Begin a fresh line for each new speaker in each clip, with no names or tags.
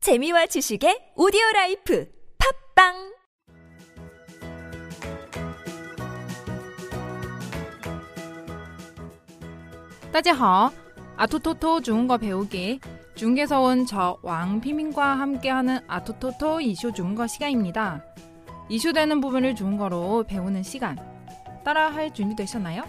재미와 지식의 오디오 라이프 팝빵
따지하 아토토토 중국어 배우기 중국에서 온 저 왕피민과 함께하는 아토토토 이슈 중국어 시간입니다. 이슈되는 부분을 중국어로 배우는 시간 따라할 준비 되셨나요?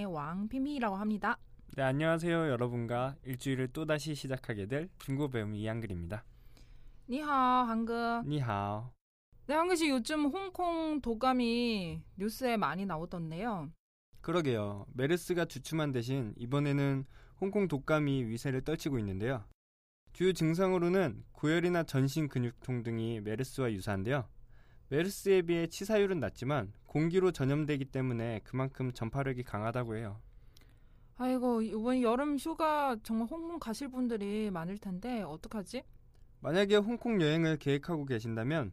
大家好，我是大家的中国语老师王平平。안녕하세요여러분의중국어선생님왕핑핑이라고합니다。
네, 안녕하세요, 여러분과 일주일을 또다시 시작하게 될 중국어 배움 이한글입니다.
你好，韩哥。
니하오.
네, 한글씨 요즘 홍콩 도감이 뉴스에 많이 나오던데요.
그러게요. 메르스가 주춤한 대신 이번에는 홍콩 독감이 위세를 떨치고 있는데요. 주요 증상으로는 고열이나 전신 근육통 등이 메르스와 유사한데요. 메르스에 비해 치사율은 낮지만 공기로 전염되기 때문에 그만큼 전파력이 강하다고 해요.
아이고, 이번 여름 휴가 정말 홍콩 가실 분들이 많을 텐데 어떡하지?
만약에 홍콩 여행을 계획하고 계신다면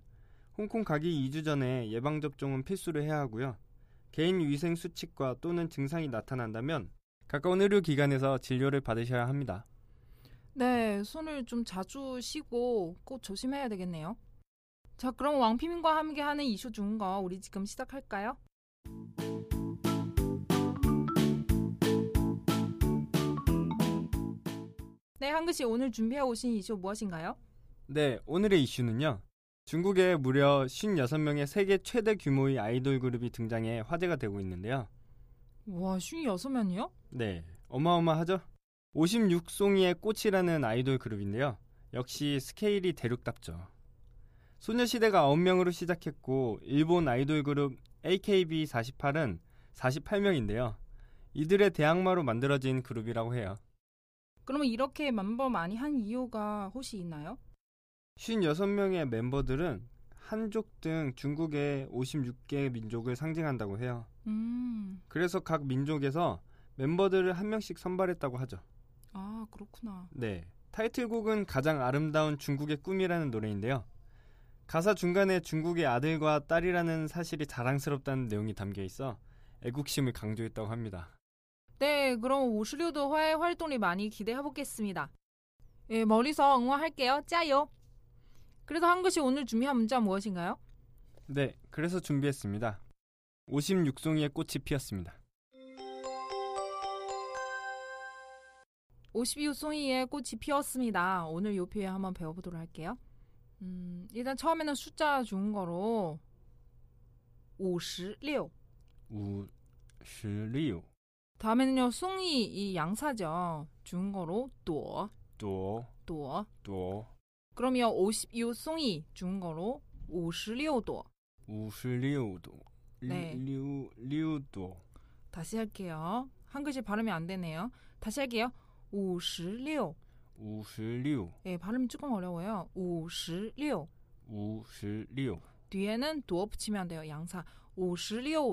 홍콩 가기 2주 전에 예방 접종은 필수로 해야 하고요. 개인 위생 수칙과 또는 증상이 나타난다면 가까운 의료 기관에서 진료를 받으셔야 합니다.
네, 손을 좀 자주 쉬고 꼭 조심해야 되겠네요. 자, 그럼 왕피민과 함께하는 이슈 중거 우리 지금 시작할까요? 네, 한글 씨 오늘 준비해 오신 이슈 무엇인가요?
네, 오늘의 이슈는요. 중국에 무려 56명의 세계 최대 규모의 아이돌 그룹이 등장해 화제가 되고 있는데요.
와, 56명이요?
네, 어마어마하죠? 56송이의 꽃이라는 아이돌 그룹인데요. 역시 스케일이 대륙답죠. 소녀시대가 9명으로 시작했고 일본 아이돌 그룹 AKB48은 48명인데요. 이들의 대항마로 만들어진 그룹이라고 해요.
그러면 이렇게 멤버 많이 한 이유가 혹시 있나요?
56명의 멤버들은 한족 등 중국의 56개 민족을 상징한다고 해요.
음,
그래서 각 민족에서 멤버들을 한 명씩 선발했다고 하죠.
아, 그렇구나.
네. 타이틀곡은 가장 아름다운 중국의 꿈이라는 노래인데요. 가사 중간에 중국의 아들과 딸이라는 사실이 자랑스럽다는 내용이 담겨 있어 애국심을 강조했다고 합니다.
네, 그럼 오슬류도 화해 활동이 많이 기대해 보겠습니다. 예, 멀리서 응원할게요. 짜요. 그래서 한글씨 오늘 준비한 문자 무엇인가요?
네, 그래서 준비했습니다. 56송이의 꽃이 피었습니다.
52송이의 꽃이 피었습니다. 오늘 요 표현 한번 배워보도록 할게요. 음, 일단 처음에는 숫자 좋은 거로 56.
우시리우
다음에는요, 송이 이 양사죠. 좋은 거로 朵,
또또
朵. 그럼요, 52송이 좋은 거로 56朵.
우시리우도
네.
리우 리우도
다시 할게요. 한글씨 발음이 안 되네요. 다시 할게요. 56.
우시리우
예, 발음이 조금 어려워요. 56.
우시리우
뒤에는 도 붙이면 돼요. 양사.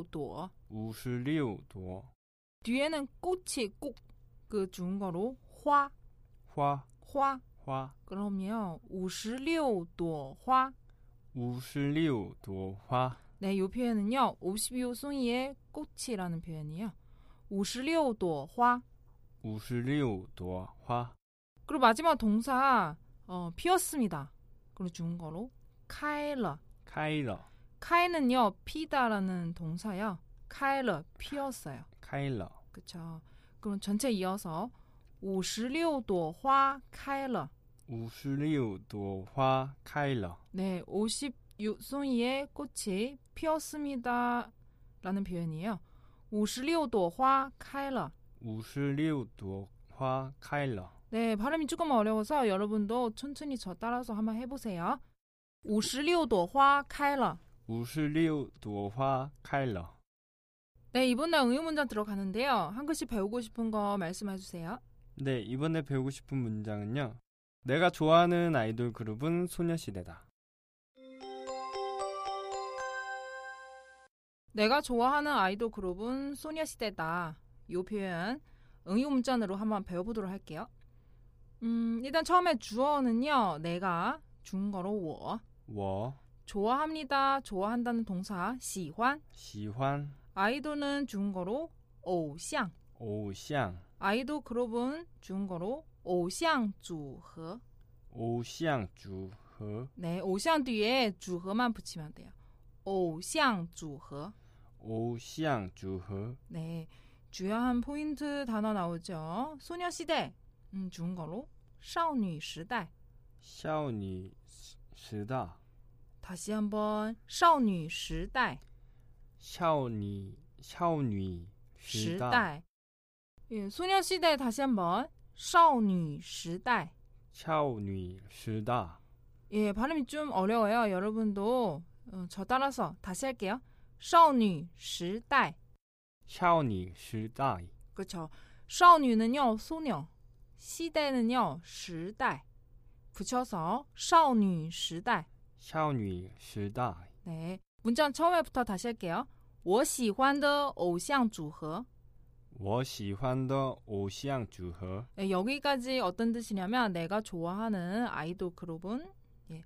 56도.
우시리우도
뒤에는 꽃이 꼭 그 중거로 화,
화
화.
화
그럼요. 56도 화.
五十六朵花，
네, 요 표현은요. 52송이의 꽃이라는 표현이에요. 56도 화.
五十六朵花，
그리고 마지막 동사 어, 피었습니다. 그리고 중거로 카일러.
开了，
카이는요 피다라는 동사요. 카일러 피었어요.
开了，
그쵸? 그럼 전체 이어서 56朵花 카일러.
五十六朵花开了。
네, 56송이의 꽃이 피었습니다라는 표현이에요. 56朵花 카일러.
五十六朵花开了，
네, 발음이 조금 어려워서 여러분도 천천히 저 따라서 한번 해보세요. 56朵花 카일러.
五十六朵花开了。
네, 이번에 응용 문장 들어가는데요. 한 글씨 배우고 싶은 거 말씀해 주세요.
네, 이번에 배우고 싶은 문장은요. 내가 좋아하는 아이돌 그룹은 소녀시대다.
내가 좋아하는 아이돌 그룹은 소녀시대다. 이 표현 응용 문장으로 한번 배워보도록 할게요. 음, 일단 처음에 주어는요. 내가 중거로 我
我
좋아합니다. 좋아한다는 동사 시환
喜欢
아이돌은 중국어로 오샹,
오샹,
아이돌 그룹은 중국어로 오샹 주허.
오샹 주허,
네, 오샹 뒤에 주허만 붙이면 돼요. 오샹 주허.
오샹 주허,
네, 주요한 포인트 단어 나오죠. 소녀시대, 음, 중국어로 少女时代.
샤오니 시다,
다시 한번 少女时代.
샤오니 샤오니 시다,
时代. 예, 소녀시대 다시 한번 少女时代.
샤오니 시다,
예, 발음이 좀 어려워요. 여러분도 어, 저 따라서 다시 할게요. 少女时代.
샤오니 시다,
그렇죠. 少女는요, 소녀. 시대는요, 시대. 붙여서 少女时代.
샤오니 시다,
네. 문장 처음에부터 다시 할게요. 我喜欢的偶像组合.
我喜欢的 오샹 주허,
네, 여기까지 어떤 뜻이냐면 내가 좋아하는 아이돌 그룹은 예.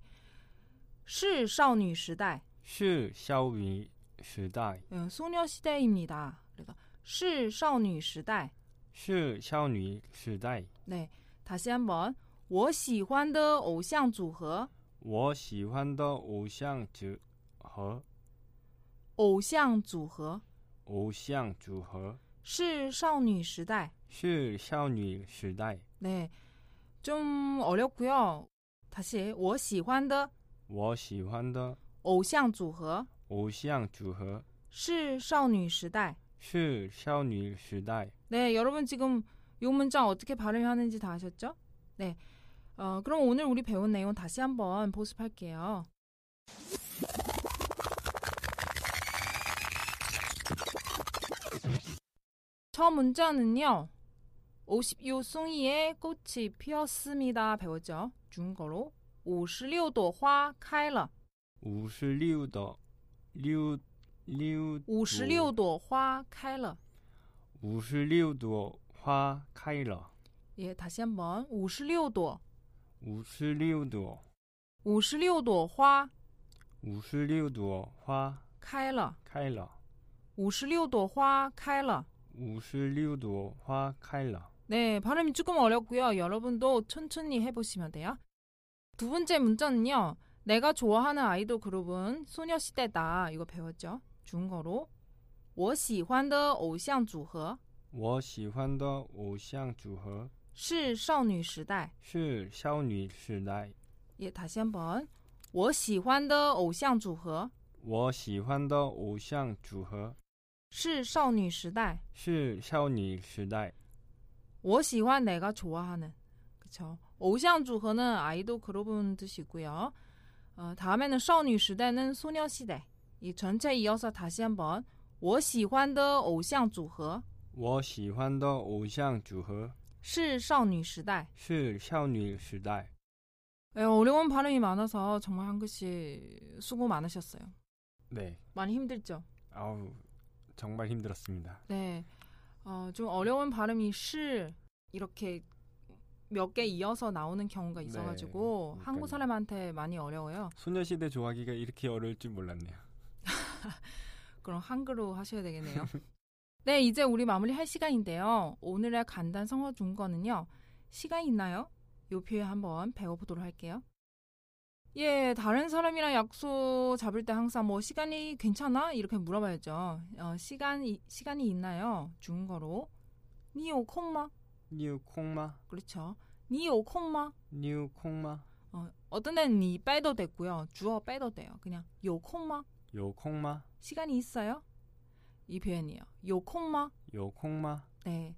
是少女时代.
是少女时代，
예, 소녀시대입니다. 그래서 是少女时代.
是少女时代。
네. 다시 한번 我喜欢的偶像组合.
我喜欢的偶像组合，
偶像组合
偶像组合
是少女时代.
是少女时代。
네. 좀 어렵고요. 다시 我喜欢的
我喜欢的
偶像组合
偶像组合
是少女时代.
是少女时代。
네, 여러분 지금 요 문장 어떻게 발음하는지 다 아셨죠? 네. 어, 그럼 오늘 우리 배운 내용 다시 한번 보습할게요. 첫 문자는요. 56송이의 꽃이 피었습니다. 배웠죠? 중국어로 56朵花开了.
五十六的六六朵
56朵花开了.
五十六朵花开了，
예, 다시 한번 56朵
五十六朵
56朵花
五十六朵花
开了，
开了，
五十六朵花开了。
五十六朵花开了。
네, 발음이 조금 어렵고요. 여러분도 천천히 해보시면 돼요. 두 번째 문자는요. 내가 좋아하는 아이돌 그룹은 소녀시대다. 이거 배웠죠? 중국어로 我喜欢的偶像组合是少女时代.
我喜欢的偶像组合是少女时代。
예, 다시 한번 我喜欢的偶像组合
我喜欢的偶像组合
是少女时代.
是少女时代，
我喜欢 내가 좋아하는 그쵸 오샹 주허는 아이돌 그룹은 뜻이고요 어, 다음에는 少女시대는 소녀시대 이 전체 이어서 다시 한번 我喜欢的偶像组合
我喜欢的偶像组合
是少女时代
是少女时代。
예, 어려운 발음이 많아서 정말 한 글씨 수고 많으셨어요
네,
많이 힘들죠?
아우 정말 힘들었습니다.
네, 어, 좀 어려운 발음이 시 이렇게 몇 개 이어서 나오는 경우가
네,
있어가지고 한국
그러니까요.
사람한테 많이 어려워요.
소녀시대 좋아하기가 이렇게 어려울 줄 몰랐네요.
그럼 한글로 하셔야 되겠네요. 네, 이제 우리 마무리할 시간인데요. 오늘의 간단 성어 중거는요. 시간 있나요? 요 표현 한번 배워보도록 할게요. 예, 다른 사람이랑 약속 잡을 때 항상 뭐 시간이 괜찮아? 이렇게 물어봐야죠. 어, 시간이 시간이 있나요? 중거로 니오 콩마
你有空吗？
그렇죠. 니오 콩마
你有空吗？
어, 어떤 데는 니 빼도 됐고요. 주어 빼도 돼요. 그냥 요 콩마
有空吗？
시간이 있어요? 이 표현이에요. 요 콩마
有空吗？
네.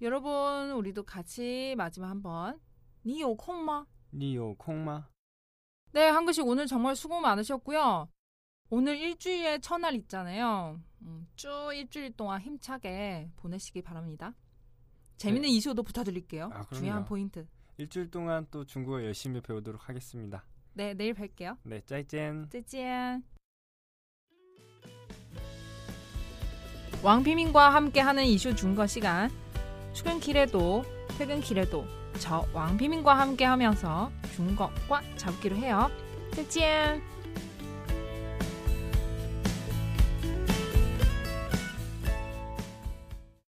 여러분, 우리도 같이 마지막 한번 니요 콩마.
你有空吗？
네, 한글씨 오늘 정말 수고 많으셨고요. 오늘 일주일에 첫날 있잖아요. 음, 쭉 일주일 동안 힘차게 보내시기 바랍니다. 재밌는 이슈도 부탁드릴게요.
네. 아, 그럼요.
중요한 포인트.
일주일 동안 또 중국어 열심히 배우도록 하겠습니다.
네, 내일 뵐게요.
네, 짜이젠.
再见. 왕피민과 함께하는 이슈 준거 시간. 출근길에도 퇴근길에도 저 왕피민과 함께하면서 준거과 잡기로 해요. 再见.